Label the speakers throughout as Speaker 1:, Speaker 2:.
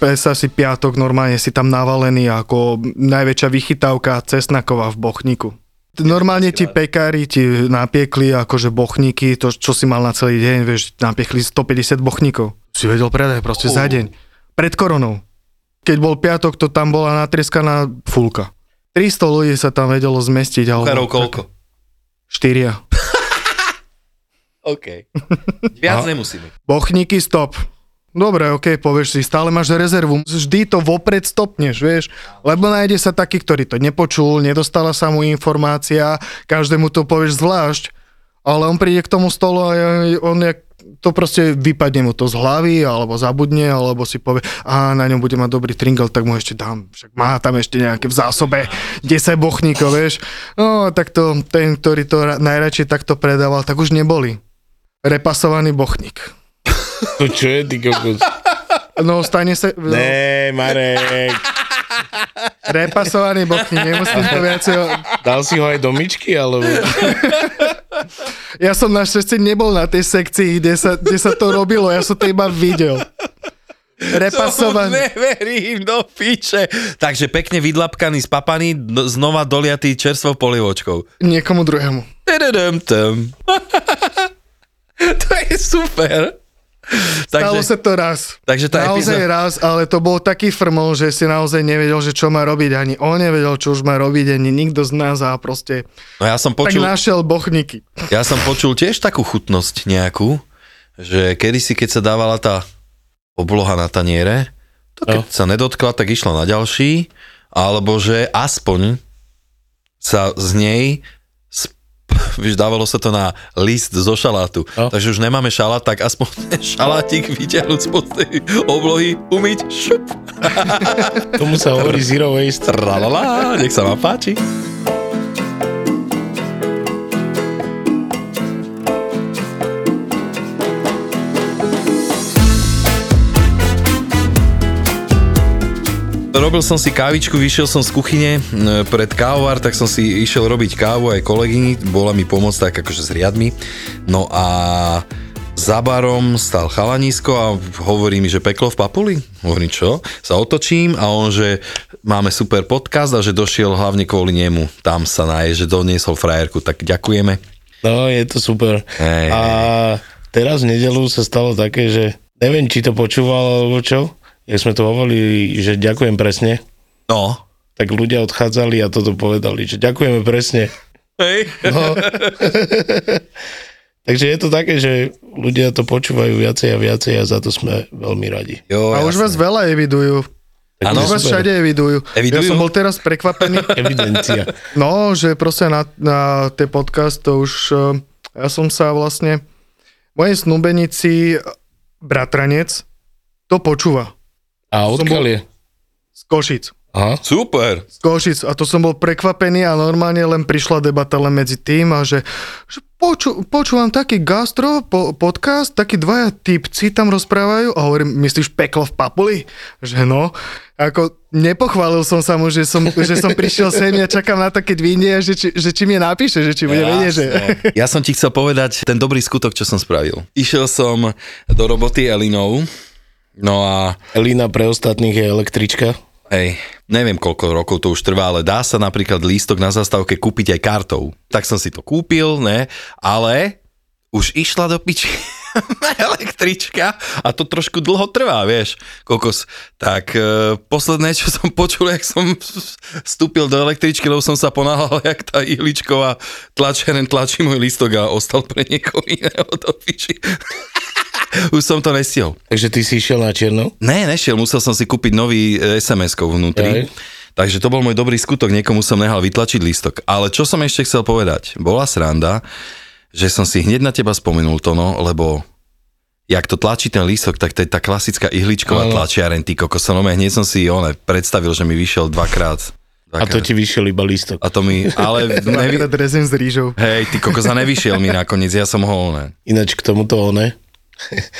Speaker 1: Predstav si piatok, normálne si tam navalený ako najväčšia vychytávka cesnakova v Bochniku. Normálne ti pekári ti napiekli akože bochníky, to čo si mal na celý deň, vieš, napiekli 150 bochníkov. Si vedel predať proste oh. za deň. Pred koronou. Keď bol piatok, to tam bola natrieskaná fulka. 300 ľudí sa tam vedelo zmestiť.
Speaker 2: Kuchárov koľko?
Speaker 1: Štyria.
Speaker 2: OK. Viac nemusíme.
Speaker 1: Bochníky stop. Dobre, ok, povieš si, stále máš rezervu. Vždy to vopred stopneš, vieš, lebo nájde sa taký, ktorý to nepočul, nedostala sa mu informácia, každému to povieš zvlášť, ale on príde k tomu stolu a on jak to proste vypadne mu to z hlavy, alebo zabudne, alebo si povie, a na ňom bude mať dobrý tringel, tak mu ešte dám. Však má tam ešte nejaké v zásobe 10 bochníkov, vieš. No, tak to, ten, ktorý to ra- najradšej takto predával, tak už neboli. Repasovaný bochník.
Speaker 3: To čo je, ty kokos?
Speaker 1: No, stane sa...
Speaker 3: Ne, Marek,
Speaker 1: Repasovaný bochník, nemusím to viacej...
Speaker 3: dal si ho aj do myčky, alebo...
Speaker 1: Ja som našťastie nebol na tej sekcii, kde sa, kde sa to robilo, ja som to iba videl. Repasovaný.
Speaker 2: Neverím do piče. Takže pekne vydlapkaný, spapaný, d- znova doliatý čerstvou polievočkou.
Speaker 1: Niekomu druhému.
Speaker 2: Tadadam, tam. to je super.
Speaker 1: Stalo
Speaker 2: Takže,
Speaker 1: sa to raz.
Speaker 2: Takže tá
Speaker 1: naozaj
Speaker 2: epizó-
Speaker 1: raz, ale to bol taký frmol, že si naozaj nevedel, že čo má robiť, ani on nevedel, čo už má robiť, ani nikto z nás a proste
Speaker 2: no ja som
Speaker 1: Počul.
Speaker 2: počul...
Speaker 1: tak našiel bochníky.
Speaker 2: Ja som počul tiež takú chutnosť nejakú, že kedysi, keď sa dávala tá obloha na taniere, to keď sa nedotkla, tak išla na ďalší, alebo že aspoň sa z nej sp- Víš, dávalo sa to na list zo šalátu.
Speaker 3: No.
Speaker 2: Takže už nemáme šalát, tak aspoň ten šalátik vyťahnuť spod tej oblohy, umyť, šup,
Speaker 3: Tomu sa hovorí zero waste.
Speaker 2: tralala, nech sa vám páči. Robil som si kávičku, vyšiel som z kuchyne e, pred kávovar, tak som si išiel robiť kávu aj kolegyni, bola mi pomoc tak akože s riadmi. No a za barom stal chalanisko a hovorí mi, že peklo v papuli. Hovorím, čo? Sa otočím a on, že máme super podcast a že došiel hlavne kvôli nemu. Tam sa náje, že doniesol frajerku, tak ďakujeme.
Speaker 3: No, je to super.
Speaker 2: Hej,
Speaker 3: A teraz v nedelu sa stalo také, že neviem, či to počúval alebo čo, jak sme to hovorili, že ďakujem presne,
Speaker 2: No.
Speaker 3: tak ľudia odchádzali a toto povedali, že ďakujeme presne.
Speaker 2: Hej.
Speaker 3: No. Takže je to také, že ľudia to počúvajú viacej a viacej a za to sme veľmi radi.
Speaker 2: Jo,
Speaker 1: A už vás veľa evidujú.
Speaker 3: Tak
Speaker 2: Áno.
Speaker 1: Už vás
Speaker 3: super.
Speaker 1: všade evidujú.
Speaker 2: Evidujú?
Speaker 1: Ja som bol teraz prekvapený.
Speaker 3: Evidencia.
Speaker 1: No, že proste na, na ten podcast to už... e, Ja som sa vlastne... Mojej snúbenici e, bratranec to počúva.
Speaker 3: A odkiaľ je?
Speaker 1: Z Košic.
Speaker 3: Aha.
Speaker 2: Super.
Speaker 1: z Košic a to som bol prekvapený a normálne len prišla debata len medzi tým a že, že poču, počúvam taký gastro po, podcast, takí dvaja typci tam rozprávajú a hovorím, myslíš peklo v papuli? Že no, ako nepochválil som sa mu, že som, že som prišiel sem a čakám na také dvinie, že či, že či mi napíše, že či bude vedieť, že...
Speaker 2: Ja som ti chcel povedať ten dobrý skutok, čo som spravil. Išiel som do roboty Elinou, no a
Speaker 3: Elina pre ostatných je električka.
Speaker 2: hej, neviem koľko rokov to už trvá, ale dá sa napríklad lístok na zastávke kúpiť aj kartou. Tak som si to kúpil, ne, ale už išla do piči električka a to trošku dlho trvá, vieš, kokos. Tak e, posledné, čo som počul, jak som vstúpil do električky, lebo som sa ponáhal, jak tá ihličková tlačeren tlačí môj lístok a ostal pre niekoho iného do piči. Už som to nestihol.
Speaker 3: Takže ty si išiel na čierno?
Speaker 2: Ne, nešiel, musel som si kúpiť nový e, SMS-kov vnútri.
Speaker 3: Jaj.
Speaker 2: Takže to bol môj dobrý skutok, niekomu som nehal vytlačiť lístok. Ale čo som ešte chcel povedať, bola sranda, že som si hneď na teba spomenul to, no, lebo jak to tlačí ten lístok, tak to je tá klasická ihličková
Speaker 3: Áno.
Speaker 2: tlačiareň, ty kokos. No, hneď som si one predstavil, že mi vyšiel dvakrát.
Speaker 3: A to ti vyšiel iba lístok.
Speaker 2: a to mi, ale No, nevy...
Speaker 1: Dvakrát rezin s rýžou.
Speaker 2: Hej, ty kokos, a nevyšiel mi nakoniec, ja som ho ne.
Speaker 3: Ináč k tomuto one,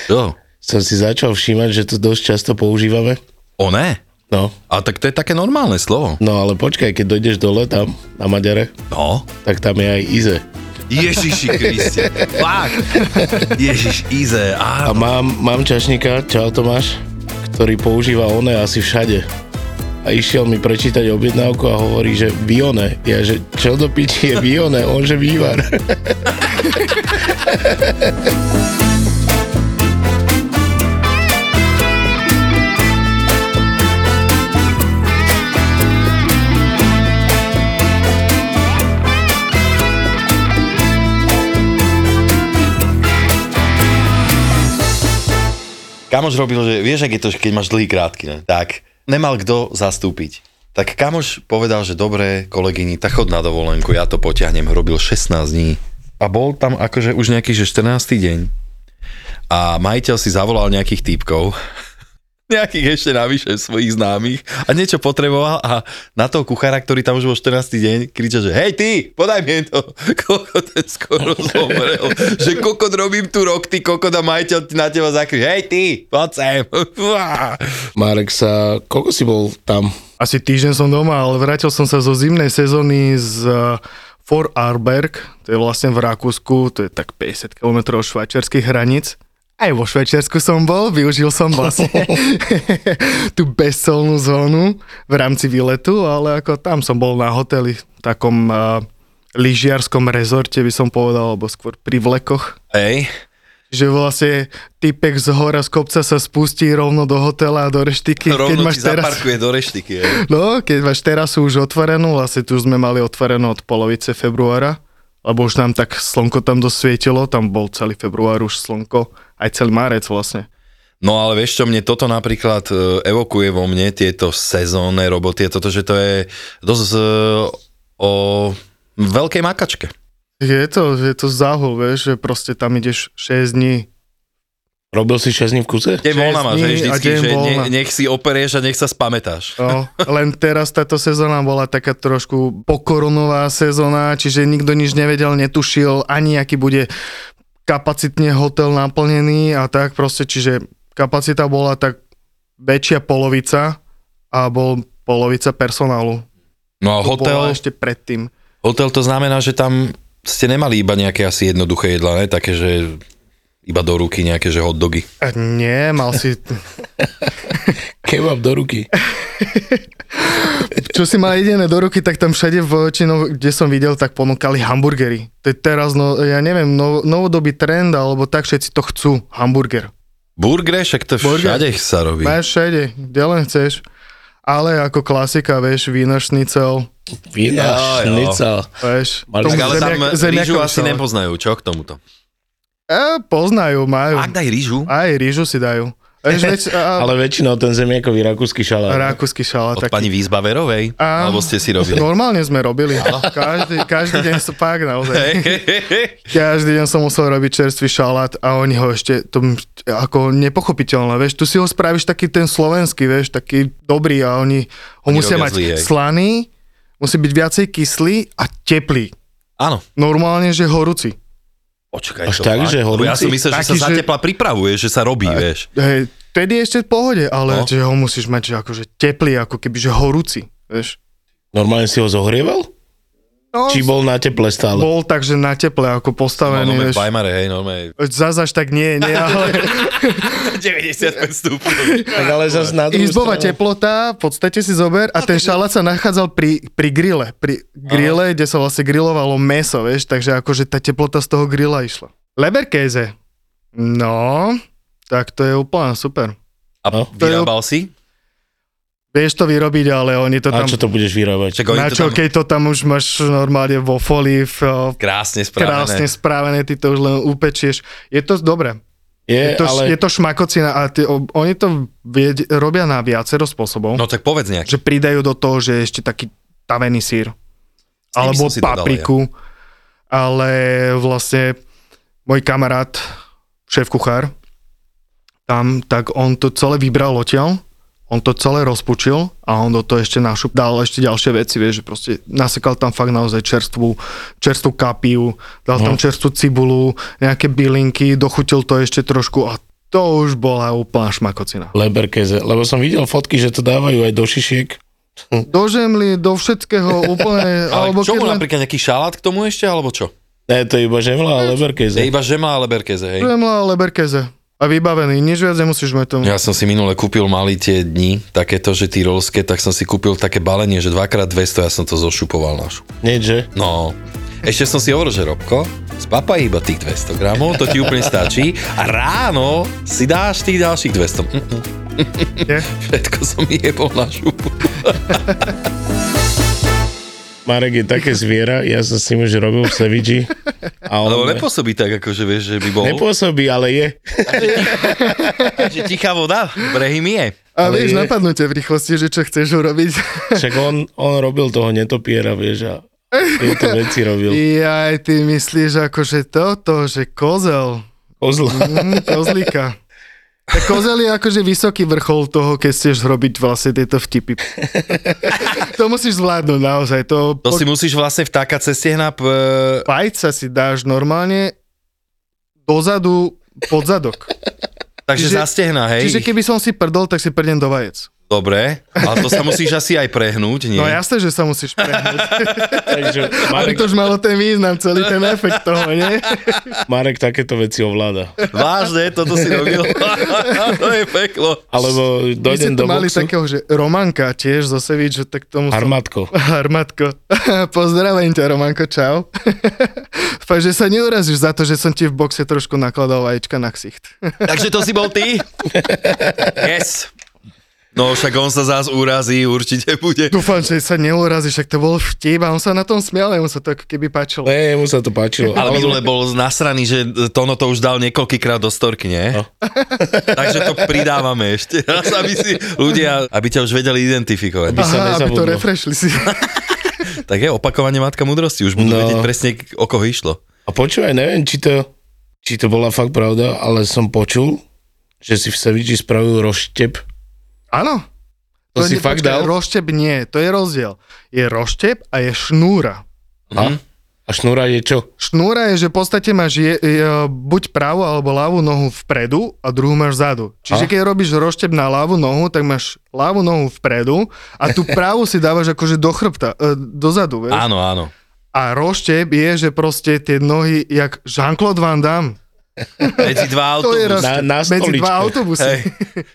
Speaker 2: Jo,
Speaker 3: som si začal všímať, že to dosť často používame.
Speaker 2: o ne?
Speaker 3: No,
Speaker 2: A tak to je také normálne slovo.
Speaker 3: no ale počkaj, keď dojdeš dole tam, na Maďare,
Speaker 2: No.
Speaker 3: tak tam je aj Ize.
Speaker 2: Ježiši Kriste. Fakt. Ježiš Ize. Á,
Speaker 3: A mám, mám čašníka, čau Tomáš, ktorý používa one asi všade. A išiel mi prečítať objednávku a hovorí, že Vione. Ja, že čo do piči je Vione? On, že vývar.
Speaker 2: kamoš robil, že vieš, ak je to, že keď máš dlhý krátky, ne? tak nemal kto zastúpiť. Tak kamoš povedal, že dobré, kolegyni, tak chod na dovolenku, ja to potiahnem. Robil 16 dní. A bol tam akože už nejaký, že 14. deň. A majiteľ si zavolal nejakých týpkov, nejakých ešte navyše svojich známych a niečo potreboval a na toho kuchára, ktorý tam už bol 14. deň, kriča, že hej ty, podaj mi to. Kokot ten skoro zomrel. že kokot robím tu rok, ty kokot a majiteľ na teba zakričí, hej ty, poď sem. Uá.
Speaker 3: Marek sa, koľko si bol tam?
Speaker 1: Asi týždeň som doma, ale vrátil som sa zo zimnej sezóny z Vorarlberg, to je vlastne v Rakúsku, to je tak 50 km od švajčiarskych hraníc. Aj vo Švajčiarsku som bol, využil som vlastne tú bezcolnú zónu v rámci výletu, ale ako tam som bol na hoteli, v takom uh, lyžiarskom rezorte by som povedal, alebo skôr pri vlekoch
Speaker 2: Hej,
Speaker 1: že vlastne typek z hora z kopca sa spustí rovno do hotela a do reštiky, keď
Speaker 2: rovno
Speaker 1: máš
Speaker 2: ti
Speaker 1: teraz...
Speaker 2: zaparkuje do reštiky. hej.
Speaker 1: No, keď máš terasu už otvorenú, vlastne tu sme mali otvorenú od polovice februára, lebo už nám tak slnko tam dosvietilo, tam bol celý február už slnko, aj celý márec vlastne.
Speaker 2: No ale vieš čo, mne toto napríklad e, evokuje vo mne tieto sezónne roboty, je toto, že to je dosť e, o veľkej makačke.
Speaker 1: Je to, je to záhul, vieš, že proste tam ideš 6 dní.
Speaker 3: Robil si 6 dní v kuse?
Speaker 2: Deň
Speaker 1: Šesť
Speaker 2: voľna máš,
Speaker 1: dní
Speaker 2: hej,
Speaker 1: a
Speaker 2: vždycky,
Speaker 1: deň
Speaker 2: že ne,
Speaker 1: voľna.
Speaker 2: nech si operieš a nech sa spamätáš.
Speaker 1: No, len teraz táto sezóna bola taká trošku pokoronová sezóna, čiže nikto nič nevedel, netušil, ani aký bude kapacitne hotel naplnený a tak proste, čiže kapacita bola tak väčšia polovica a bol polovica personálu.
Speaker 2: No a
Speaker 1: To bola
Speaker 2: hotel,
Speaker 1: ešte predtým.
Speaker 2: hotel to znamená, že tam ste nemali iba nejaké asi jednoduché jedla, ne? Také, že iba do ruky nejaké, že hot dogy.
Speaker 1: A nie, mal si...
Speaker 3: Kebab do ruky.
Speaker 1: Čo si mal jediné do ruky, tak tam všade v činov, kde som videl, tak ponúkali hamburgery. To je teraz, no, ja neviem, no, novodobý trend, alebo tak všetci to chcú, hamburger.
Speaker 2: Burger, však to
Speaker 1: Burger.
Speaker 2: všade sa robí.
Speaker 1: Máš všade, kde len chceš. Ale ako klasika, vieš, vína šnicel,
Speaker 3: Vína,
Speaker 2: Jo, jo.
Speaker 3: šnica.
Speaker 1: vieš.
Speaker 3: Mali
Speaker 2: Tak
Speaker 3: Tomu
Speaker 2: ale tam
Speaker 1: zemiak-
Speaker 2: rýžu
Speaker 1: zemiakový
Speaker 2: asi
Speaker 1: salát.
Speaker 2: nepoznajú, čo k tomuto?
Speaker 1: E, poznajú, majú.
Speaker 2: Ak daj rýžu,
Speaker 1: Aj rýžu si dajú. Vieš, veď, a,
Speaker 3: Ale väčšinou ten zemiakový rakúsky šalát.
Speaker 1: rakúsky šalát.
Speaker 2: od
Speaker 1: taký.
Speaker 2: pani Výzbaverovej,
Speaker 1: A-
Speaker 2: alebo ste si robili.
Speaker 1: Normálne sme robili. Každý, každý deň som fakt naozaj. Každý deň som musel robiť čerstvý šalát a oni ho ešte, to ako nepochopiteľné, vieš, tu si ho spravíš taký ten slovenský, vieš, taký dobrý a oni ho
Speaker 2: Oni
Speaker 1: musia
Speaker 2: robia
Speaker 1: mať
Speaker 2: zlý, hej.
Speaker 1: slaný, musí byť viacej kyslý a teplý.
Speaker 2: Áno,
Speaker 1: Normálne, že horúci.
Speaker 2: počkaj.
Speaker 3: Až
Speaker 2: to
Speaker 3: tak,
Speaker 2: fakt?
Speaker 3: že
Speaker 2: Lebo Ja
Speaker 3: horúci?
Speaker 2: som myslel, že
Speaker 1: Taký,
Speaker 2: sa za
Speaker 1: že-
Speaker 2: tepla pripravuje, že sa robí, vieš.
Speaker 1: Hej, tedy ešte v pohode, ale no.
Speaker 2: No.
Speaker 1: že ho musíš mať že akože teplý, ako keby, že horúci, vieš.
Speaker 3: Normálne si ho zohrieval?
Speaker 1: No,
Speaker 3: Či bol na teple stále?
Speaker 1: bol tak, že na teple, ako
Speaker 2: No,
Speaker 1: postavený, no,
Speaker 2: normálne
Speaker 1: vieš.
Speaker 2: v Weimare, hej, normálne
Speaker 1: Zas až tak nie, nie, ale
Speaker 2: 95 stupňov.
Speaker 3: Tak ale zase na druhú
Speaker 1: izbová
Speaker 3: stranu-
Speaker 1: teplota, v podstate si zober a ten šalát sa nachádzal pri, pri grille, pri grille, kde sa vlastne grilovalo meso, vieš, takže akože tá teplota z toho grilla išla. Leberkéze. No, tak to je úplne super.
Speaker 2: A
Speaker 3: No.
Speaker 2: vyrábal si?
Speaker 1: Vieš to vyrobiť, ale oni to
Speaker 3: A
Speaker 1: tam...
Speaker 3: čo to budeš vyrábať?
Speaker 2: Čak oni
Speaker 1: na
Speaker 2: to
Speaker 1: čo,
Speaker 2: tam
Speaker 1: keď to tam už máš normálne vo folii, v, v
Speaker 2: krásne spravené.
Speaker 1: krásne správené, ty to už len upečieš. Je to dobré.
Speaker 3: Je,
Speaker 1: Je to,
Speaker 3: ale...
Speaker 1: je to šmakocina a ty, o- oni to vied, robia na viacero spôsobov.
Speaker 2: No tak povedz nejak.
Speaker 1: Že pridajú do toho, že ešte taký tavený sír.
Speaker 2: tým
Speaker 1: Alebo
Speaker 2: som si to dal
Speaker 1: papriku. Ale vlastne môj kamarát, šéf kuchár, tam, tak on to celé vybral odtiaľ, on to celé rozpučil a on do toho ešte našup, dal ešte ďalšie veci, vieš, že proste nasekal tam fakt naozaj čerstvú, čerstvú kapiu, dal
Speaker 2: No.
Speaker 1: tam čerstvú cibulu, nejaké bylinky, dochutil to ešte trošku a to už bola úplná šmakocina.
Speaker 3: Leberkeze, lebo som videl fotky, že to dávajú aj do šišiek.
Speaker 1: Do žemly, do všetkého úplne,
Speaker 2: Ale
Speaker 1: alebo
Speaker 2: čo
Speaker 1: keď
Speaker 2: mu
Speaker 1: len
Speaker 2: napríklad nejaký šalát k tomu ešte, alebo čo?
Speaker 3: Ne, to je iba žemla a leberkeze.
Speaker 2: Je iba žema ale berkeze, hej.
Speaker 1: žemla a leberkeze. A vybavený, nič viac nemusíš mať tomu.
Speaker 2: Ja som si minule kúpil mali tie dni, takéto, že tyrolské, tak som si kúpil také balenie, že 2x200, ja som to zošupoval na šup.
Speaker 3: Nie, že?
Speaker 2: No, ešte som si hovoril, že Robko, spapaj iba tých 200 gramov, to ti úplne stačí a ráno si dáš tých ďalších 200. Mm, mm,
Speaker 1: Nie?
Speaker 2: Všetko som jebol na šupu.
Speaker 3: Marek je také zviera, ja som s ním už robil v Seviči. A on
Speaker 2: Lebo nepôsobí tak, akože vieš, že by bol...
Speaker 3: nepôsobí, ale je.
Speaker 2: že tichá voda, brehy mi je.
Speaker 1: A vieš,
Speaker 3: je-
Speaker 1: napadnú ťa v rýchlosti, že čo chceš urobiť.
Speaker 3: Však on, on robil toho netopiera, vieš, a tieto veci robil.
Speaker 1: Jaj, ty myslíš akože toto, že kozel.
Speaker 3: Kozla.
Speaker 1: Mm, kozlíka. Tak kozel je akože vysoký vrchol toho, keď chceš robiť vlastne tieto vtipy. to musíš zvládnuť naozaj. To,
Speaker 2: To si musíš vlastne vtáka cez stehna... p-
Speaker 1: Pajca si dáš normálne dozadu pod zadok.
Speaker 2: Takže
Speaker 1: Čiže-
Speaker 2: za stehna, hej.
Speaker 1: Čiže keby som si prdol, tak si prdem do vajec.
Speaker 2: Dobre, ale to sa musíš asi aj prehnúť, nie?
Speaker 1: No jasné, že sa musíš prehnúť.
Speaker 3: Takže
Speaker 1: Aby
Speaker 3: Marek,
Speaker 1: to už malo ten význam, celý ten efekt toho, nie?
Speaker 3: Marek takéto veci ovláda.
Speaker 2: Vážne, toto si robil. to je peklo.
Speaker 3: Alebo
Speaker 1: My ste
Speaker 3: dojdem
Speaker 1: tu
Speaker 3: do
Speaker 1: mali
Speaker 3: boxu.
Speaker 1: takého, že Romanka tiež zo Sevič, že tak tomu som
Speaker 3: Armatko.
Speaker 1: Armatko, pozdravím ťa Romanko, čau. Fakt, že sa neurazíš za to, že som ti v boxe trošku nakladal vajíčka na ksicht.
Speaker 2: Takže to si bol ty? Yes. No však on sa zás urazí, určite bude.
Speaker 1: Dúfam, že sa neurazíš, však to bol vtip a on sa na tom smial, mu sa to ako keby páčilo.
Speaker 3: Ne, mu sa to páčilo.
Speaker 2: Ale
Speaker 3: Alebo-
Speaker 2: minule bol nasraný, že Tono to už dal niekoľkýkrát do storky, nie?
Speaker 3: No.
Speaker 2: Takže to pridávame ešte raz, aby si ľudia, aby ťa už vedeli identifikovať.
Speaker 3: Aby sa
Speaker 1: Aha, aby to
Speaker 3: nezabudlo.
Speaker 1: refreshli si.
Speaker 2: Tak je opakovanie matka múdrosti, už budú
Speaker 3: No.
Speaker 2: vedieť presne, k- o koho išlo.
Speaker 3: A počúvaj, neviem, či to, či to bola fakt pravda, ale som počul, že si v Seviči spravil rozštep.
Speaker 1: Áno.
Speaker 3: To si
Speaker 1: nie-
Speaker 3: fakt
Speaker 1: počkaj,
Speaker 3: dal?
Speaker 1: Roštep nie, to je rozdiel. Je roštep a je šnúra.
Speaker 3: A, a šnúra je čo?
Speaker 1: Šnúra je, že v podstate máš je, je, buď pravú alebo ľavú nohu vpredu a druhú máš vzadu. Čiže
Speaker 3: A?
Speaker 1: keď robíš roštep na ľavú nohu, tak máš ľavú nohu vpredu a tú pravú si dávaš akože do chrbta, e, dozadu. Vieš?
Speaker 2: Áno, áno.
Speaker 1: A roštep je, že proste tie nohy, jak Jean-Claude Van Damme,
Speaker 2: Medzi dva
Speaker 1: to je
Speaker 2: autobusy.
Speaker 1: roštep
Speaker 3: na
Speaker 1: medzi dva
Speaker 3: stoličke.
Speaker 1: autobusy.
Speaker 2: Hej.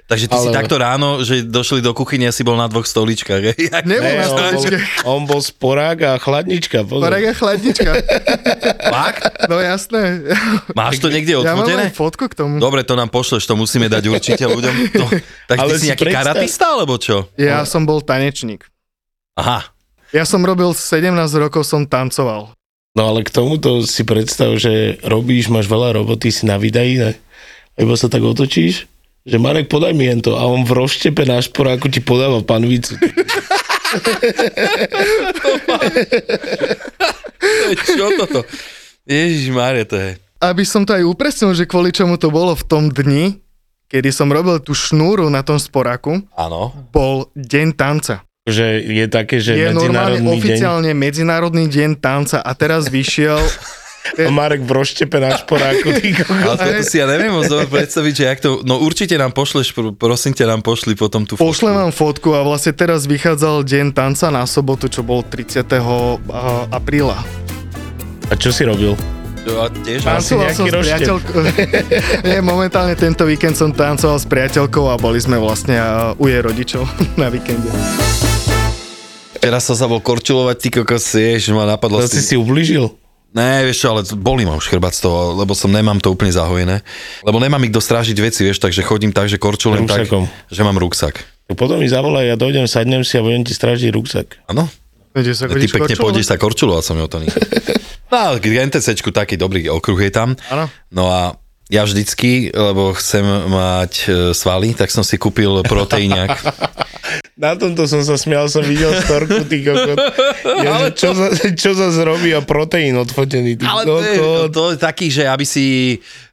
Speaker 2: Takže ty Ale... si
Speaker 3: Ale-
Speaker 2: takto ráno, že došli do kuchyne a si bol na dvoch stoličkách. Hej?
Speaker 1: Nebol na
Speaker 3: Ne, no, on, bol,
Speaker 1: stoličke.
Speaker 3: on bol sporák a chladnička. Pozor.
Speaker 1: Parega chladnička.
Speaker 2: Fakt?
Speaker 1: No jasné.
Speaker 2: Máš to niekde
Speaker 1: Ja mám
Speaker 2: odfotené?
Speaker 1: aj fotku k tomu.
Speaker 2: Dobre, to nám pošleš, to musíme dať určite ľuďom. To. Tak ty
Speaker 3: Ale
Speaker 2: si
Speaker 3: si
Speaker 2: nejaký
Speaker 3: predstav-
Speaker 2: karatista, alebo čo?
Speaker 1: Ja som bol tanečník.
Speaker 2: Aha.
Speaker 1: Ja som robil 17 rokov, som tancoval.
Speaker 3: No ale k tomuto si predstav, že robíš, máš veľa roboty, si na výdaji, ne? A iba sa tak otočíš, že Marek, podaj mi jen to. A on v rozštepe na šporáku ti podáva panvicu.
Speaker 2: Čo toto? Ježiš Mária, to je.
Speaker 1: aby som to aj upresnil, že kvôli čomu to bolo v tom dni, kedy som robil tú šnúru na tom sporaku,
Speaker 2: Áno.
Speaker 1: bol deň tanca.
Speaker 3: Že je také, že
Speaker 1: Je normálne
Speaker 3: medzinárodný deň.
Speaker 1: oficiálne medzinárodný deň tanca a teraz vyšiel...
Speaker 3: A Marek v rozštepe na šporáku. Ty kokos.
Speaker 2: Ale toto si ja neviem moc dobre predstaviť, že jak to... No určite nám pošleš, pr- prosím ťa, nám pošli potom tú
Speaker 1: Pošlem
Speaker 2: fotku.
Speaker 1: vám fotku a vlastne teraz vychádzal deň tanca na sobotu, čo bol 30. a- apríla.
Speaker 3: A čo si robil?
Speaker 2: Čo, A tiež
Speaker 3: Asi
Speaker 1: Tancoval
Speaker 3: nejaký
Speaker 1: som s
Speaker 3: rozštev.
Speaker 1: priateľkou. Nie, momentálne tento víkend som tancoval s priateľkou a boli sme vlastne a, u jej rodičov na víkende.
Speaker 2: Teraz som sa bol korčulovať, ty kokos, ježiš, ma napadlo.
Speaker 3: To si si ublížil?
Speaker 2: Ne, vieš čo, ale bolí ma už chrbát z toho, lebo som nemám to úplne zahojené. Lebo nemám ich dostražiť veci, vieš, takže chodím tak, že korčulujem tak,
Speaker 3: Ruksakom.
Speaker 2: že mám ruksak.
Speaker 3: Tak No Potom mi zavolaj, ja dojdem, sadnem si a budem ti strážiť ruksak.
Speaker 2: Áno,
Speaker 1: Viete, sa
Speaker 2: ty
Speaker 1: chodiť
Speaker 2: pekne
Speaker 1: korčulovať?
Speaker 2: pôjdeš sa korčulovať som to nie. No ale k NTCčku taký dobrý okruh je tam.
Speaker 1: Áno.
Speaker 2: No a ja vždycky, lebo chcem mať e, svaly, tak som si kúpil proteíňak.
Speaker 3: Na tomto som sa smial, som videl storku, ty kokot. Ja, že čo, za, čo za zrobí a proteín odfotený, ty
Speaker 2: ale to je,
Speaker 3: kokot.
Speaker 2: to je taký, že aby si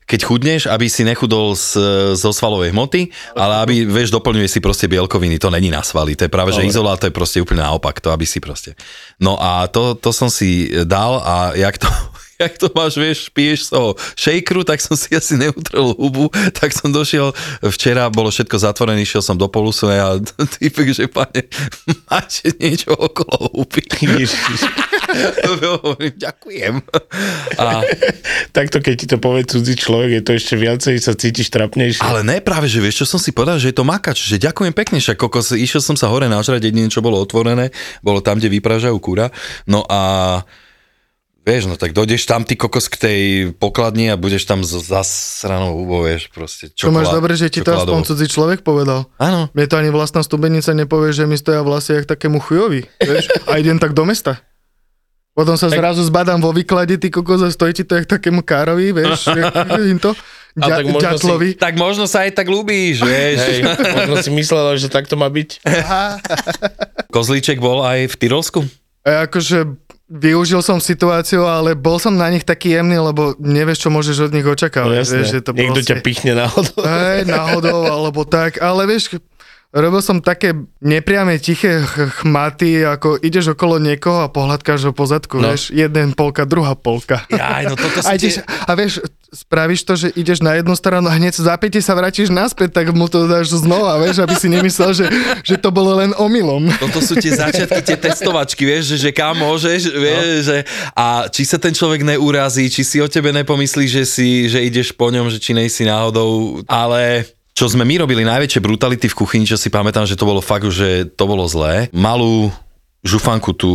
Speaker 2: keď chudneš, aby si nechudol z, zo svalovej hmoty, ale aby, vieš, doplňuje si proste bielkoviny, to není na svaly, to je práve, že izolát to je proste úplne naopak, to aby si proste. No a to, to som si dal a jak to, jak to máš, vieš, piješ z toho shakeru, tak som si asi neutrel hubu, tak som došiel, včera bolo všetko zatvorené, išiel som do polusu a typek, že pane, máte niečo okolo huby.
Speaker 3: Ježiš.
Speaker 2: Hovorím, Ďakujem. A,
Speaker 3: Takto keď ti to povie cudzí človek, je to ešte viacej, sa cítiš trapnejšie.
Speaker 2: ale ne, práve, že vieš, čo som si povedal, že je to makač, že ďakujem pekne, však kokos, išiel som sa hore nažrať, jedine, čo bolo otvorené, bolo tam, kde vypražajú kúra, no a vieš, no tak dojdeš tam ty kokos k tej pokladni a budeš tam s zasranou hubou, vieš, proste
Speaker 1: Čo máš
Speaker 2: čokolád-
Speaker 1: dobre, že ti to
Speaker 2: čokoládovou.
Speaker 1: aspoň cudzí človek povedal.
Speaker 2: Áno,
Speaker 1: Mne to ani vlastná stubenica nepovie, že mi stoja vlasy jak takému chujovi, vieš? A idem tak do mesta. Potom sa zrazu zbadám vo výklade, ty kokos, a stojí ti to jak takému károvi, vieš? jak- im to,
Speaker 3: A tak
Speaker 1: ďa,
Speaker 3: možno
Speaker 1: ďatlovi.
Speaker 2: tak možno sa aj tak ľúbíš, vieš.
Speaker 3: Hej, možno si myslela, že takto má byť.
Speaker 2: Kozlíček bol aj v Tyrolsku?
Speaker 1: A akože využil som situáciu, ale bol som na nich taký jemný, lebo nevieš, čo môžeš od nich
Speaker 3: No
Speaker 1: očakávať.
Speaker 3: jasné,
Speaker 1: vieš, že to
Speaker 3: niekto ťa pichne náhodou.
Speaker 1: Hej, náhodou, alebo tak, ale vieš, robil som také nepriame tiché ch- chmaty, ako ideš okolo niekoho a pohľadkáš ho po zadku,
Speaker 3: No.
Speaker 1: no. vieš, jeden polka, druhá polka.
Speaker 2: Aj, no toto
Speaker 1: A, ideš, a vieš, spravíš to, že ideš na jednu stranu a hneď za päti sa vrátiš naspäť, tak mu to dáš znova, vieš, aby si nemyslel, že, že to bolo len omylom.
Speaker 2: Toto sú tie začiatky, tie testovačky, vieš, že, že kam môžeš, vieš, no. že a či sa ten človek neurazí, či si o tebe nepomyslí, že si, že ideš po ňom, že či nejsi náhodou, ale čo sme my robili, najväčšie brutality v kuchyni, čo si pamätám, že to bolo fakt, že to bolo zlé, malú žufanku tú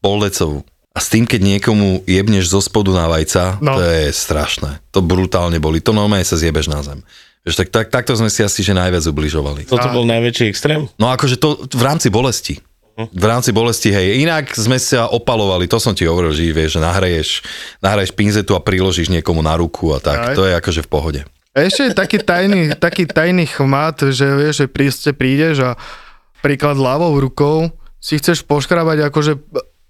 Speaker 2: poldecovú. A s tým, keď niekomu jebneš zo spodu na vajca,
Speaker 1: No.
Speaker 2: no. to je strašné. To brutálne boli. To normálne sa zjebeš na zem. Vieš, tak, tak, takto sme si asi že najviac ubližovali.
Speaker 3: Toto bol najväčší extrém.
Speaker 2: No akože to v rámci bolesti.
Speaker 1: Mhm.
Speaker 2: V rámci bolesti, hej, inak sme sa opalovali, to som ti hovoril, že vieš, že nahraješ, nahraješ pinzetu a priložíš niekomu na ruku a
Speaker 1: Aj.
Speaker 2: tak, to je akože v pohode.
Speaker 1: A ešte je taký tajný, taký tajný chmat, že vieš, že príste prídeš a príklad ľavou rukou si chceš poškrabať akože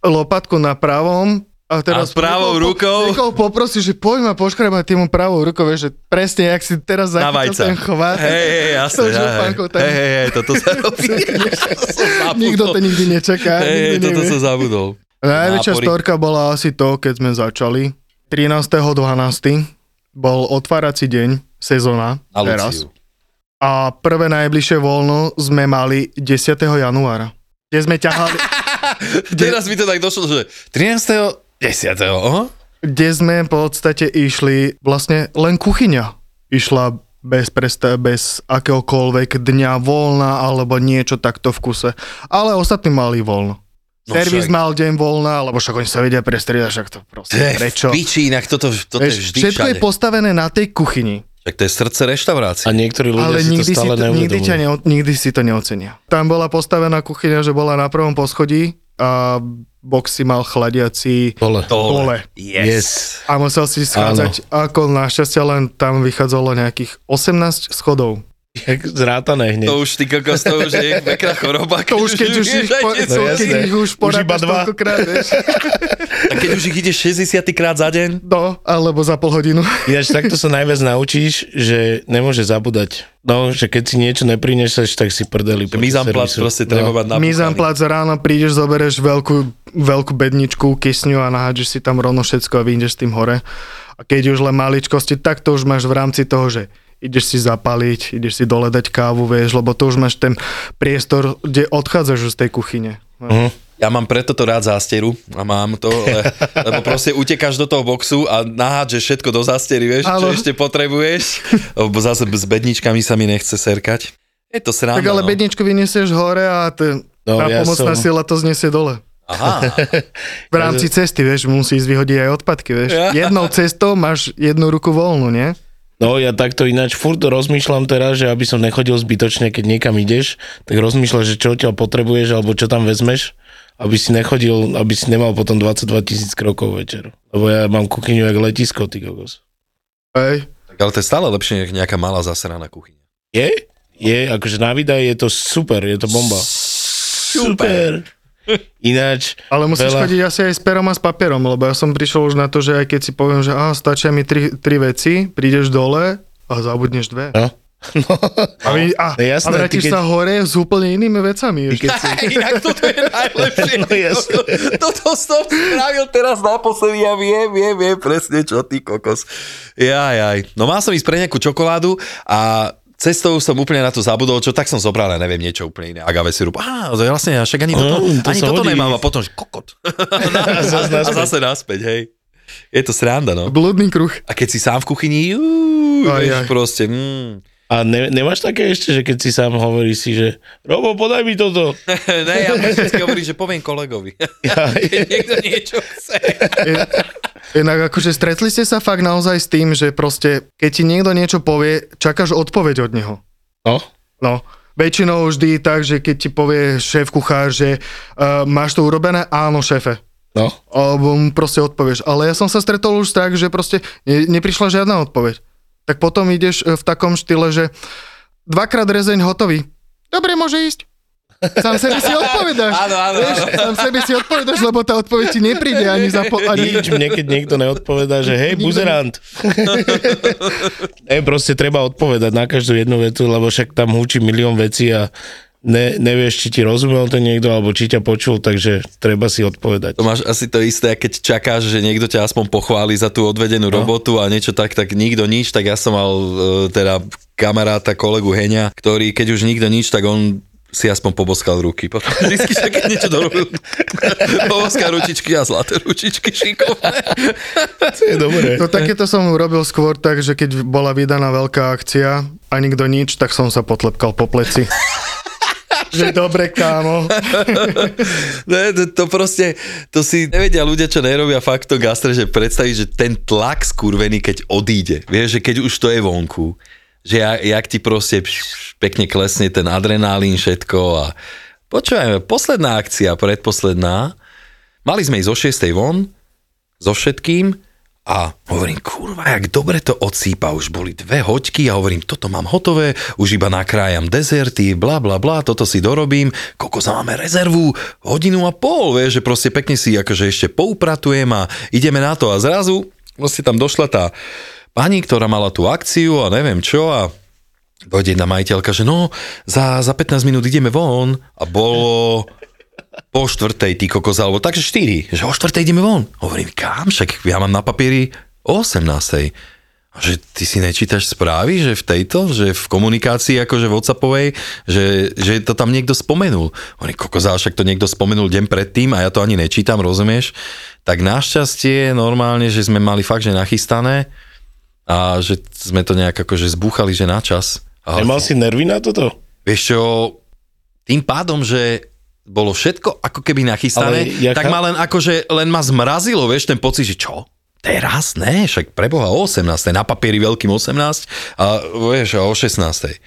Speaker 1: lopatku na pravom a teraz...
Speaker 2: A pravou
Speaker 1: niekoho po-
Speaker 2: rukou?
Speaker 1: Niekoho poprosí, že poď ma poškrabať tým pravou rukou, vieš, že presne, jak si teraz
Speaker 2: Na
Speaker 1: zachytil
Speaker 2: vajca.
Speaker 1: ten chvat.
Speaker 2: Hej, hej, jasne,
Speaker 1: tou
Speaker 2: hej,
Speaker 1: župankou, tak-
Speaker 2: hej, hej, hej, toto sa robí. Som zabudol.
Speaker 1: Nikto to nikdy nečaká.
Speaker 2: Hej, hej,
Speaker 1: nikto
Speaker 2: toto
Speaker 1: nevie.
Speaker 2: som zabudol.
Speaker 1: Najväčšia
Speaker 2: Nápory.
Speaker 1: storka bola asi to, keď sme začali. 13.12. bol otváraci deň, sezóna,
Speaker 2: Na
Speaker 1: teraz.
Speaker 2: Luciu.
Speaker 1: A prvé najbližšie voľno sme mali 10. januára. Kde sme ťahali,
Speaker 2: Teraz mi to tak došlo, že 13. 10. Aha.
Speaker 1: kde sme v podstate išli, vlastne len kuchyňa išla bez, presta- bez akéhokoľvek dňa voľna alebo niečo takto v kuse. Ale ostatní mali voľno.
Speaker 2: No
Speaker 1: Servis
Speaker 2: však.
Speaker 1: mal deň voľna, lebo však oni sa vedia prestriedať, však to proste,
Speaker 2: To je
Speaker 1: prečo?
Speaker 2: v piči, inak toto, toto
Speaker 1: Vieš,
Speaker 2: je vždy
Speaker 1: všetko je
Speaker 2: všade.
Speaker 1: postavené na tej kuchyni,
Speaker 2: Tak to je srdce reštaurácie.
Speaker 3: A niektorí ľudia
Speaker 1: ale
Speaker 3: si to
Speaker 1: nikdy si,
Speaker 3: stále
Speaker 1: to, nikdy, ťa
Speaker 3: neuvedomujú.
Speaker 1: neo, nikdy si to neocenia. Tam bola postavená kuchyňa, že bola na prvom poschodí a boxy mal chladiaci
Speaker 3: Dole.
Speaker 1: dole.
Speaker 3: Yes.
Speaker 1: A musel si schádzať, ako našťastie len tam vychádzalo nejakých 18 schodov.
Speaker 3: Jak zrátané hneď.
Speaker 2: To už ty kokos, to už je pekná choroba.
Speaker 1: To už keď už
Speaker 2: ideš
Speaker 1: ich, po,
Speaker 2: aj tie
Speaker 3: no
Speaker 2: sú-
Speaker 3: jasné.
Speaker 1: keď ich už
Speaker 3: Už iba
Speaker 1: porátaš
Speaker 3: dva.
Speaker 1: toľkokrát, vieš.
Speaker 2: A keď už ich ideš 60 krát za deň,
Speaker 1: No, alebo za pol hodinu.
Speaker 3: Ináč takto sa najviac naučíš, že nemôže zabúdať. No, že keď si niečo neprinesieš, tak si prdeli.
Speaker 2: my zamplac proste
Speaker 1: No,
Speaker 3: No.
Speaker 2: treba mať na
Speaker 1: Mizamplac ráno prídeš, zoberieš veľkú, veľkú bedničku, kysňu a nahádžeš si tam rovno všetko a vyjdeš s tým hore. A keď už len maličkosti, tak to už máš v rámci toho, že ideš si zapaliť, ideš si dole dať kávu, vieš, lebo to už máš ten priestor, kde odchádzaš už z tej kuchyne.
Speaker 2: Ja mám preto to rád zásteru a mám to, le, lebo proste utekáš do toho boxu a nahádžeš všetko do zástery, vieš, čo
Speaker 1: Áno.
Speaker 2: ešte potrebuješ. Lebo zase s bedničkami sa mi nechce serkať. Je to sranda,
Speaker 1: Tak ale
Speaker 2: no.
Speaker 1: bedničku vyniesieš hore a t-
Speaker 3: No,
Speaker 1: tá
Speaker 3: ja
Speaker 1: pomocná
Speaker 3: som-
Speaker 1: sila to znesie dole.
Speaker 2: Aha,
Speaker 1: V rámci cesty, vieš, musíš vyhodiť aj odpadky, vieš.
Speaker 2: Ja.
Speaker 1: Jednou cestou máš jednu ruku voľnú, nie?
Speaker 3: No ja takto ináč furt rozmýšľam teraz, že aby som nechodil zbytočne, keď niekam ideš, tak rozmýšľaš, že čo ťa potrebuješ alebo čo tam vezmeš, aby si nechodil, aby si nemal potom 22 tisíc krokov večer. Lebo ja mám kuchyňu jak letisko, ty kokos.
Speaker 1: Hej.
Speaker 2: tak ale to je stále lepšie, než nejaká malá zaseraná kuchyňa.
Speaker 3: Je? Je, akože na výdaj je to super, je to bomba. Super. Ináč...
Speaker 1: Ale musíš chodiť asi aj s perom a s papierom, lebo ja som prišiel už na to, že aj keď si poviem, že aha, stačia mi tri, tri veci, prídeš dole a zabudneš dve.
Speaker 3: No. No.
Speaker 1: A, vy, a,
Speaker 3: No jasné,
Speaker 1: a vrátiš
Speaker 3: ty keď-
Speaker 1: sa hore s úplne inými vecami. ešte.
Speaker 2: Inak toto je najlepšie.
Speaker 3: No jasne.
Speaker 2: Toto som spravil teraz naposledy a viem, viem, viem presne čo, ty kokos. Jaj, jaj. No mal som ísť pre nejakú čokoládu a cestou som úplne na to zabudol, čo tak som zobral, ja neviem, niečo úplne iné. Agave sirup. Á, to je vlastne, ja však ani toto,
Speaker 3: Mm, to
Speaker 2: ani
Speaker 3: sa
Speaker 2: toto
Speaker 3: hodí.
Speaker 2: nemám a potom, že kokot. a,
Speaker 3: zase
Speaker 2: a
Speaker 3: naspäť.
Speaker 2: zase naspäť, hej. Je to sranda, no.
Speaker 1: Blúdny kruh.
Speaker 2: A keď si sám v kuchyni, jú,
Speaker 1: Aj, aj.
Speaker 2: vieš, proste, mm,
Speaker 3: A ne, nemáš také ešte, že keď si sám hovoríš si, že Robo, podaj mi toto.
Speaker 2: ne, ja vždycky hovorím, že poviem kolegovi. Keď niekto niečo chce.
Speaker 1: Inak akože stretli ste sa fakt naozaj s tým, že proste, keď ti niekto niečo povie, čakáš odpoveď od neho.
Speaker 3: No,
Speaker 1: No, väčšinou vždy tak, že keď ti povie šéf kuchár, že uh, máš to urobené, áno šéfe.
Speaker 3: no.
Speaker 1: Alebo mu proste odpovieš. Ale ja som sa stretol už tak, že proste ne, neprišla žiadna odpoveď. Tak potom ideš e, v takom štýle, že dvakrát rezeň hotový. Dobre, môže ísť. Sám sebe si odpovedáš.
Speaker 2: Áno, áno,
Speaker 1: Vieš, sám sebe si odpovedáš, lebo tá odpoveď ti nepríde ani za po... Ani...
Speaker 3: Nič mne, keď niekto neodpovedá, že hej, buzerant. ne, proste treba odpovedať na každú jednu vetu, lebo však tam húči milión vecí a ne, nevieš, či ti rozumel ten niekto, alebo či ťa počul, takže treba si odpovedať.
Speaker 2: To máš asi to isté, keď čakáš, že niekto ťa aspoň pochváli za tú odvedenú no. robotu a niečo tak, tak nikto nič, tak ja som mal e, teda kamaráta, kolegu Heňa, ktorý keď už nikto nič, tak on si aspoň poboskal ruky. Potom vždycky, že keď niečo dorobil, poboskal ručičky a zlaté ručičky šikovné.
Speaker 3: To je dobré.
Speaker 1: No takéto som urobil skôr tak, že keď bola vydaná veľká akcia a nikto nič, tak som sa potlepkal po pleci. že dobre, kámo.
Speaker 2: Ne, to, to proste, to si nevedia ľudia, čo nerobia fakt to gastre, že predstaviť, že ten tlak skurvený, keď odíde, vieš, že keď už to je vonku, že ja, jak ti proste pš, pekne klesne ten adrenálín, všetko a počúvajme, posledná akcia, predposledná, mali sme ísť zo 6. von, so všetkým a hovorím, kurva, jak dobre to odsýpa, už boli dve hoďky a hovorím, toto mám hotové, už iba nakrájam dezerty, bla bla bla, toto si dorobím, koľko sa máme rezervu, hodinu a pol, vieš, že proste pekne si akože ešte poupratujem a ideme na to a zrazu proste tam došla tá pani, ktorá mala tú akciu a neviem čo a dojde jedna majiteľka, že no, za, za 15 minút ideme von a bolo po štvrtej, ty kokos, alebo takže štyri, že o štvrtej ideme von. Hovorím, kam, však ja mám na papieri o 18. A že ty si nečítaš správy, že v tejto, že v komunikácii akože Whatsappovej, že, že to tam niekto spomenul. Hovorím, kokos, ale však to niekto spomenul deň predtým a ja to ani nečítam, rozumieš? Tak našťastie normálne, že sme mali fakt, že nachystané a že sme to nejak akože zbúchali, že na čas. A
Speaker 3: Nemal si nervy na toto?
Speaker 2: Vieš čo, tým pádom, že bolo všetko ako keby nachystané,
Speaker 3: Ale ja
Speaker 2: tak
Speaker 3: cháp-
Speaker 2: ma len akože, len ma zmrazilo, vieš, ten pocit, že čo? Teraz? Ne, však preboha o 18. Na papieri veľkým 18 a vieš, a o 16.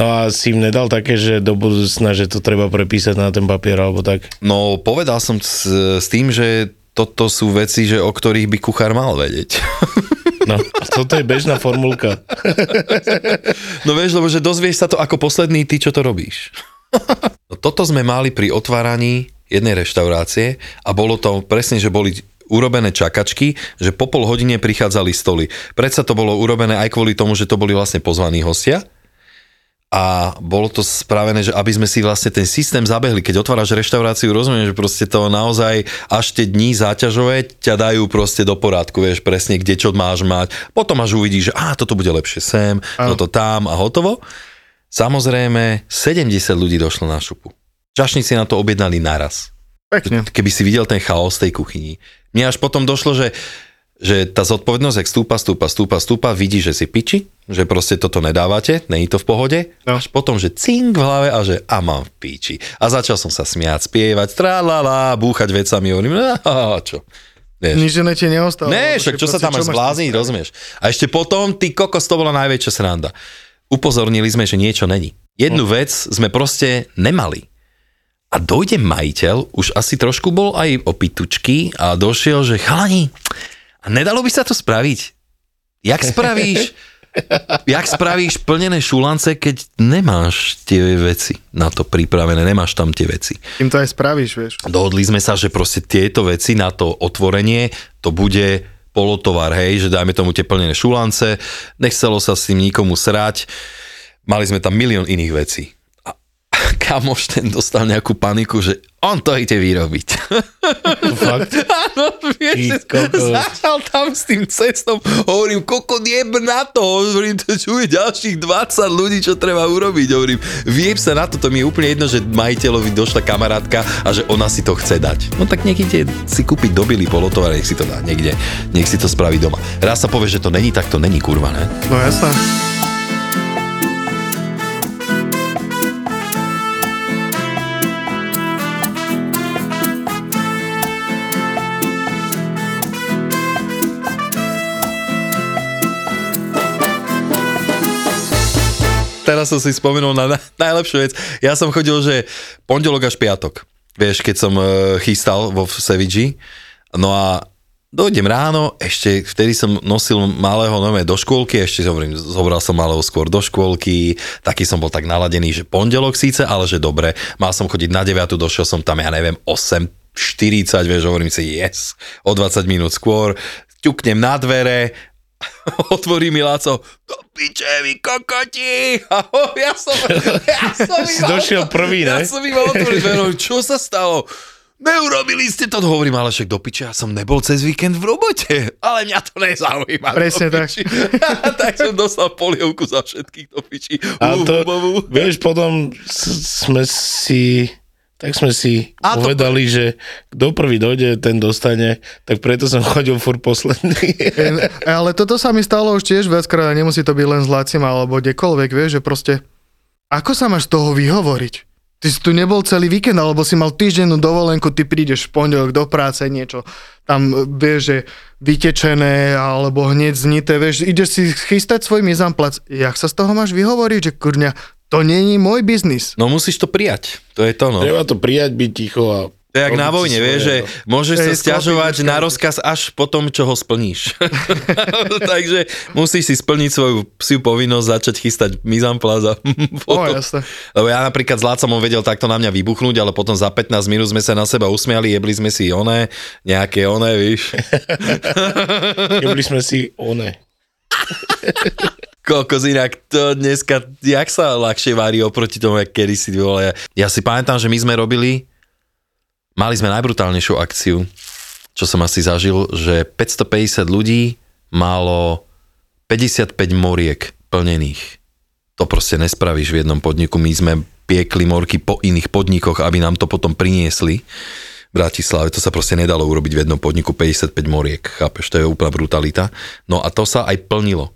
Speaker 3: No a si im nedal také, že do budúcna, že to treba prepísať na ten papier alebo tak.
Speaker 2: No, povedal som s, s tým, že toto sú veci, že o ktorých by kuchár mal vedieť.
Speaker 3: No, toto je bežná formulka.
Speaker 2: No vieš, lebo že dozvieš sa to ako posledný ty, čo to robíš. No toto sme mali pri otváraní jednej reštaurácie a bolo to presne, že boli urobené čakačky, že po pol hodine prichádzali stoly. Predsa to bolo urobené aj kvôli tomu, že to boli vlastne pozvaní hostia a bolo to spravené, že aby sme si vlastne ten systém zabehli. Keď otváraš reštauráciu, rozumieš, že proste to naozaj až tie dní záťažové ťa dajú proste do porádku, vieš presne, kde čo máš mať. Potom až uvidíš, že á, toto bude lepšie sem, toto tam a hotovo. Samozrejme, 70 ľudí došlo na šupu. Čašníci na to objednali naraz
Speaker 1: Pekne.
Speaker 2: keby si videl ten chaos tej kuchyni. Mne až potom došlo, že, že tá zodpovednosť, ak stúpa, stúpa, stúpa, stúpa, vidí, že si piči, že proste toto nedávate, není to v pohode. No. Až potom, že cing v hlave a že a mám v píči. A začal som sa smiať, spievať, tralala, búchať vecami, hovorím, "No, a čo. Vieš.
Speaker 1: Nič iné ti neostalo.
Speaker 2: Ne, však čo sa tam máš zblázniť, rozumieš? A ešte potom, ty kokos, to bola najväčšia sranda. Upozornili sme, že niečo není. Jednu vec sme proste nemali. A dojde majiteľ, už asi trošku bol aj opitučky a došiel, že chalani, a nedalo by sa to spraviť. Jak spravíš? Jak spravíš plnené šulance, keď nemáš tie veci na to pripravené, nemáš tam tie veci?
Speaker 1: Tým to aj spravíš, vieš.
Speaker 2: Dohodli sme sa, že proste tieto veci na to otvorenie, to bude polotovar, hej, že dajme tomu tie plnené šulance, nechcelo sa s tým nikomu srať, mali sme tam milión iných vecí. A kamoš ten dostal nejakú paniku, že on to ide vyrobiť.
Speaker 3: Fakt.
Speaker 2: Áno, vieš,
Speaker 3: Ty kokos.
Speaker 2: začal tam s tým cestom, hovorím, koko jeb na to, hovorím, to čo je ďalších 20 ľudí, čo treba urobiť, hovorím, vieb sa na to, to mi je úplne jedno, že majiteľovi došla kamarátka a že ona si to chce dať. No tak nech ide si kúpiť dobily polotovar, nech si to dá niekde, nech si to spraví doma. Raz sa povie, že to není, tak to není kurva, ne?
Speaker 1: No jasné.
Speaker 2: teraz som si spomenul na na- najlepšiu vec. Ja som chodil, že pondelok až piatok, vieš, keď som e, chystal vo Seviči. No a dojdem ráno, ešte vtedy som nosil malého nové do škôlky, ešte hovorím, zobral som malého skôr do škôlky, taký som bol tak naladený, že pondelok síce, ale že dobre, mal som chodiť na 9, došiel som tam, ja neviem, 8, 40, vieš, hovorím si, yes, o 20 minút skôr, ťuknem na dvere, Otvorí mi Láco, do piče, vy kokoti! Ahoj, ja som, ja som
Speaker 3: Si
Speaker 2: iba-
Speaker 3: došiel prvý, ne?
Speaker 2: Ja som iba otvoril dvere, hovorím, čo sa stalo? Neurobili ste to, No, hovorím, ale však do piče, ja som nebol cez víkend v robote, ale mňa to nezaujíma. do
Speaker 1: Presne tak.
Speaker 2: piči. tak som dostal polievku za všetkých do piči.
Speaker 3: A
Speaker 2: Ú,
Speaker 3: to,
Speaker 2: bu, bu, bu.
Speaker 3: vieš, potom s- sme si tak sme si
Speaker 2: A
Speaker 3: a
Speaker 2: to-
Speaker 3: povedali, že kto prvý dojde, ten dostane, tak preto som chodil fur posledný.
Speaker 1: E, Ale toto sa mi stalo už tiež viackrát a nemusí to byť len s Lacim alebo kdekoľvek, vieš, že proste ako sa máš z toho vyhovoriť? Ty si tu nebol celý víkend, alebo si mal týždennú dovolenku, ty prídeš v pondelok do práce, niečo tam, e, vieš, že vytečené, alebo hneď znité, vieš, ideš si chystať svoj mizamplac. Jak sa z toho máš vyhovoriť, že kurňa, to není môj biznis.
Speaker 2: No musíš to prijať, to je to no.
Speaker 3: Treba to prijať, byť ticho a...
Speaker 2: To je jak na
Speaker 3: robiť si
Speaker 2: vojne,
Speaker 3: svoje,
Speaker 2: vieš, že
Speaker 3: no.
Speaker 2: môžeš
Speaker 1: To
Speaker 2: sa
Speaker 1: je
Speaker 2: stiažovať
Speaker 1: chlapík,
Speaker 2: na rozkaz až po tom, čo ho splníš. Takže musíš si splniť svoju psiu povinnosť, začať chystať mizamplaz a
Speaker 1: O,
Speaker 2: potom-
Speaker 1: No, jasné.
Speaker 2: Lebo ja napríklad s Lácom on vedel takto na mňa vybuchnúť, ale potom za 15 minút sme sa na seba usmiali, jebli sme si oné, nejaké oné, víš.
Speaker 3: Keby sme si one.
Speaker 2: Kokos inak, to dneska, jak sa ľahšie varí oproti tomu, jak kedysi, ty vole. Ja si pamätám, že my sme robili, mali sme najbrutálnejšiu akciu, čo som asi zažil, že 550 ľudí malo 55 moriek plnených. To proste nespravíš v jednom podniku. My sme piekli morky po iných podnikoch, aby nám to potom priniesli v Bratislave. To sa proste nedalo urobiť v jednom podniku 55 moriek, chápeš? To je úplná brutalita. No a to sa aj plnilo.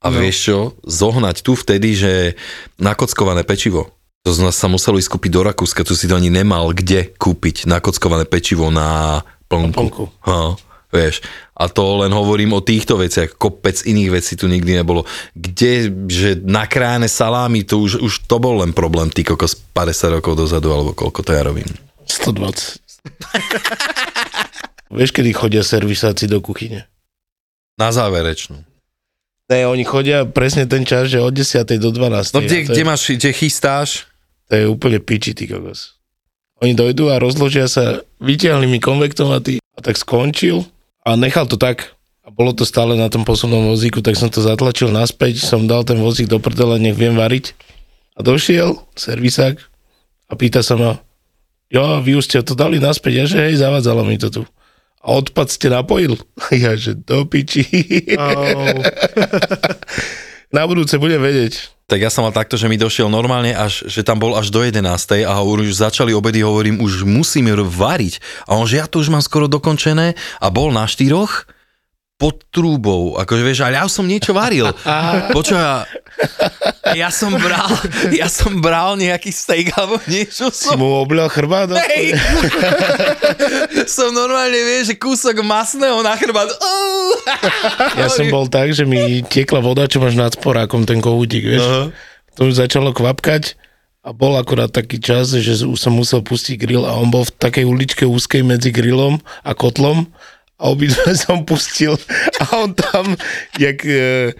Speaker 2: A no. vieš čo? Zohnať tu vtedy, že nakockované pečivo. To z nás sa muselo ísť kúpiť do Rakúska, tu si to ani nemal kde kúpiť nakockované pečivo na plnku.
Speaker 3: plnku.
Speaker 2: Ha, vieš. A to len hovorím o týchto veciach. Kopec iných vecí tu nikdy nebolo. Kde, že nakrájane salámy, to už, už to bol len problém, ty kokos 50 rokov dozadu, alebo koľko to ja robím.
Speaker 3: 120. Vieš, kedy chodia servisáci do kuchyne?
Speaker 2: Na záverečnú.
Speaker 3: Ne, oni chodia presne ten čas, že od 10. do 12.
Speaker 2: No kde,
Speaker 3: A to,
Speaker 2: kde
Speaker 3: je,
Speaker 2: máš, kde chystáš?
Speaker 3: to je úplne piči, ty kokos. Oni dojdú a rozložia sa, vytiahli mi konvektomatý a tak skončil a nechal to tak. A bolo to stále na tom posuvnom vozíku, tak som to zatlačil naspäť, som dal ten vozík do prdele, nech viem variť. A došiel servisák a pýta sa ma, jo, vy už ste to dali naspäť, ja že hej, zavádzalo mi to tu. A odpad ste napojil. Ja že do piči.
Speaker 1: Au.
Speaker 3: Na budúce budem vedieť.
Speaker 2: Tak ja som mal takto, že mi došiel normálne až, že tam bol až do 11. a hovorím, už začali obedy, hovorím, už musím r- variť. A on, že ja to už mám skoro dokončené a bol na štyroch pod trúbou. Akože vieš, ale ja už som niečo varil. Počúva, ja som bral, ja som bral nejaký steak alebo niečo
Speaker 3: Si
Speaker 2: som
Speaker 3: mu oblial chrbát? no?
Speaker 2: Hej! som normálne, vieš, že kúsok masného na chrbát. Uú!
Speaker 3: Ja som bol tak, že mi tiekla voda, čo máš nad sporákom, ten kohútik, vieš. Uh-huh. To už začalo kvapkať a bol akorát taký čas, že už som musel pustiť grill a on bol v takej uličke úzkej medzi grillom a kotlom a obidve som pustil a on tam, jak... E,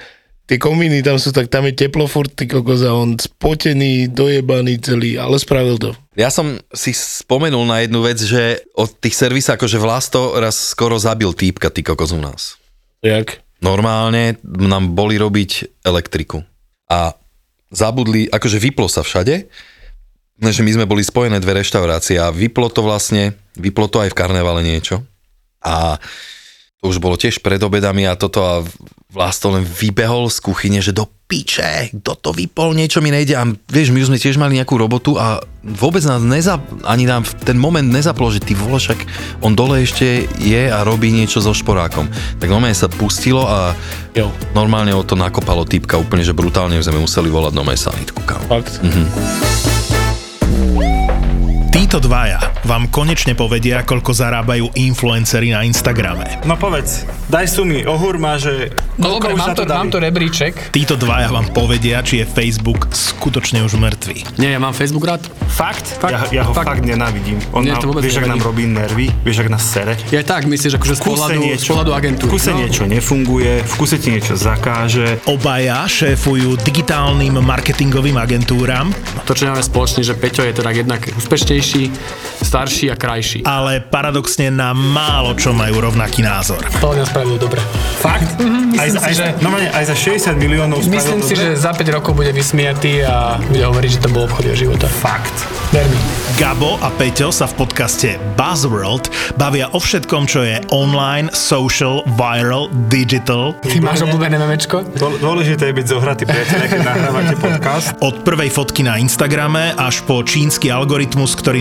Speaker 3: tie komíny tam sú, tak tam je teplo furt, ty kokos, a on spotený, dojebaný celý, ale spravil to.
Speaker 2: Ja som si spomenul na jednu vec, že od tých servisov, akože Vlasto raz skoro zabil týpka, ty kokos u nás.
Speaker 3: Jak?
Speaker 2: Normálne nám boli robiť elektriku. A zabudli, akože vyplo sa všade, že my sme boli spojené dve reštaurácie a vyplo to vlastne, vyplo to aj v karnevale niečo. A to už bolo tiež pred obedami a toto a Vlasto len vybehol z kuchyne, že do piče, kto to vypol, niečo mi nejde. A vieš, my už sme tiež mali nejakú robotu a vôbec nás neza, ani nám v ten moment nezaplo, že ty vole, však on dole ešte je a robí niečo so šporákom. Tak normálne sa pustilo a
Speaker 3: Jo.
Speaker 2: normálne o to nakopalo typka úplne, že brutálne sme museli volať normálne sanitku, kámo.
Speaker 3: Fakt.
Speaker 4: Títo dvaja vám konečne povedia, koľko zarábajú influencery na Instagrame.
Speaker 5: No povedz, daj sumy, ohúr má, že...
Speaker 6: No dobre,
Speaker 5: koľko už
Speaker 6: mám
Speaker 5: za
Speaker 6: to,
Speaker 5: dali?
Speaker 6: mám to rebríček.
Speaker 4: Títo dvaja vám povedia, či je Facebook skutočne už mŕtvy.
Speaker 6: Nie, ja mám Facebook rád.
Speaker 5: Fakt? fakt? Ja, ja ho fakt, fakt nenávidím. On
Speaker 6: Mne
Speaker 5: nám,
Speaker 6: to vôbec
Speaker 5: vieš, ak nám
Speaker 6: nevadí.
Speaker 5: robí nervy, vieš, ak nás sere.
Speaker 6: Ja tak myslíš, akože z
Speaker 5: V kuse
Speaker 6: pohľadu, z
Speaker 5: niečo-
Speaker 6: pohľadu agentúry.
Speaker 5: V kuse
Speaker 6: no.
Speaker 5: niečo nefunguje, v kuse ti niečo zakáže.
Speaker 4: Obaja šéfujú digitálnym marketingovým agentúram,
Speaker 6: To, čo máme spoločne, že Peťo je teda jednak úspešnejší, starší a krajší. A
Speaker 4: ale paradoxne na málo čo majú rovnaký názor.
Speaker 6: to nás spravil dobre. Mhm,
Speaker 5: Fakt? Aj, za-
Speaker 6: myslím
Speaker 5: no. aj,
Speaker 6: si, že-
Speaker 5: za- normálne, aj za 60 miliónov spravil
Speaker 6: Myslím si,
Speaker 5: dobre.
Speaker 6: že za 5 rokov bude vysmiatý a bude hovoriť, že to bol obchod jeho života.
Speaker 5: Fakt.
Speaker 6: Vermi.
Speaker 4: Gabo a Peťo sa v podcaste Buzzworld bavia o všetkom, čo je online, social, viral, digital,
Speaker 6: Ty máš obľúbené memečko?
Speaker 5: Dôl- Dôležité je byť zohratý, priateľ, keď nahrávate podcast.
Speaker 4: od prvej fotky na Instagrame až po čínsky algoritmus, ktorý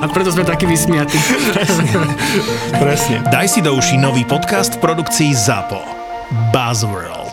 Speaker 6: A preto sme takí vysmiatí.
Speaker 5: Presne.
Speaker 4: Daj si do uší nový podcast v produkcii ZAPO. Buzzworld.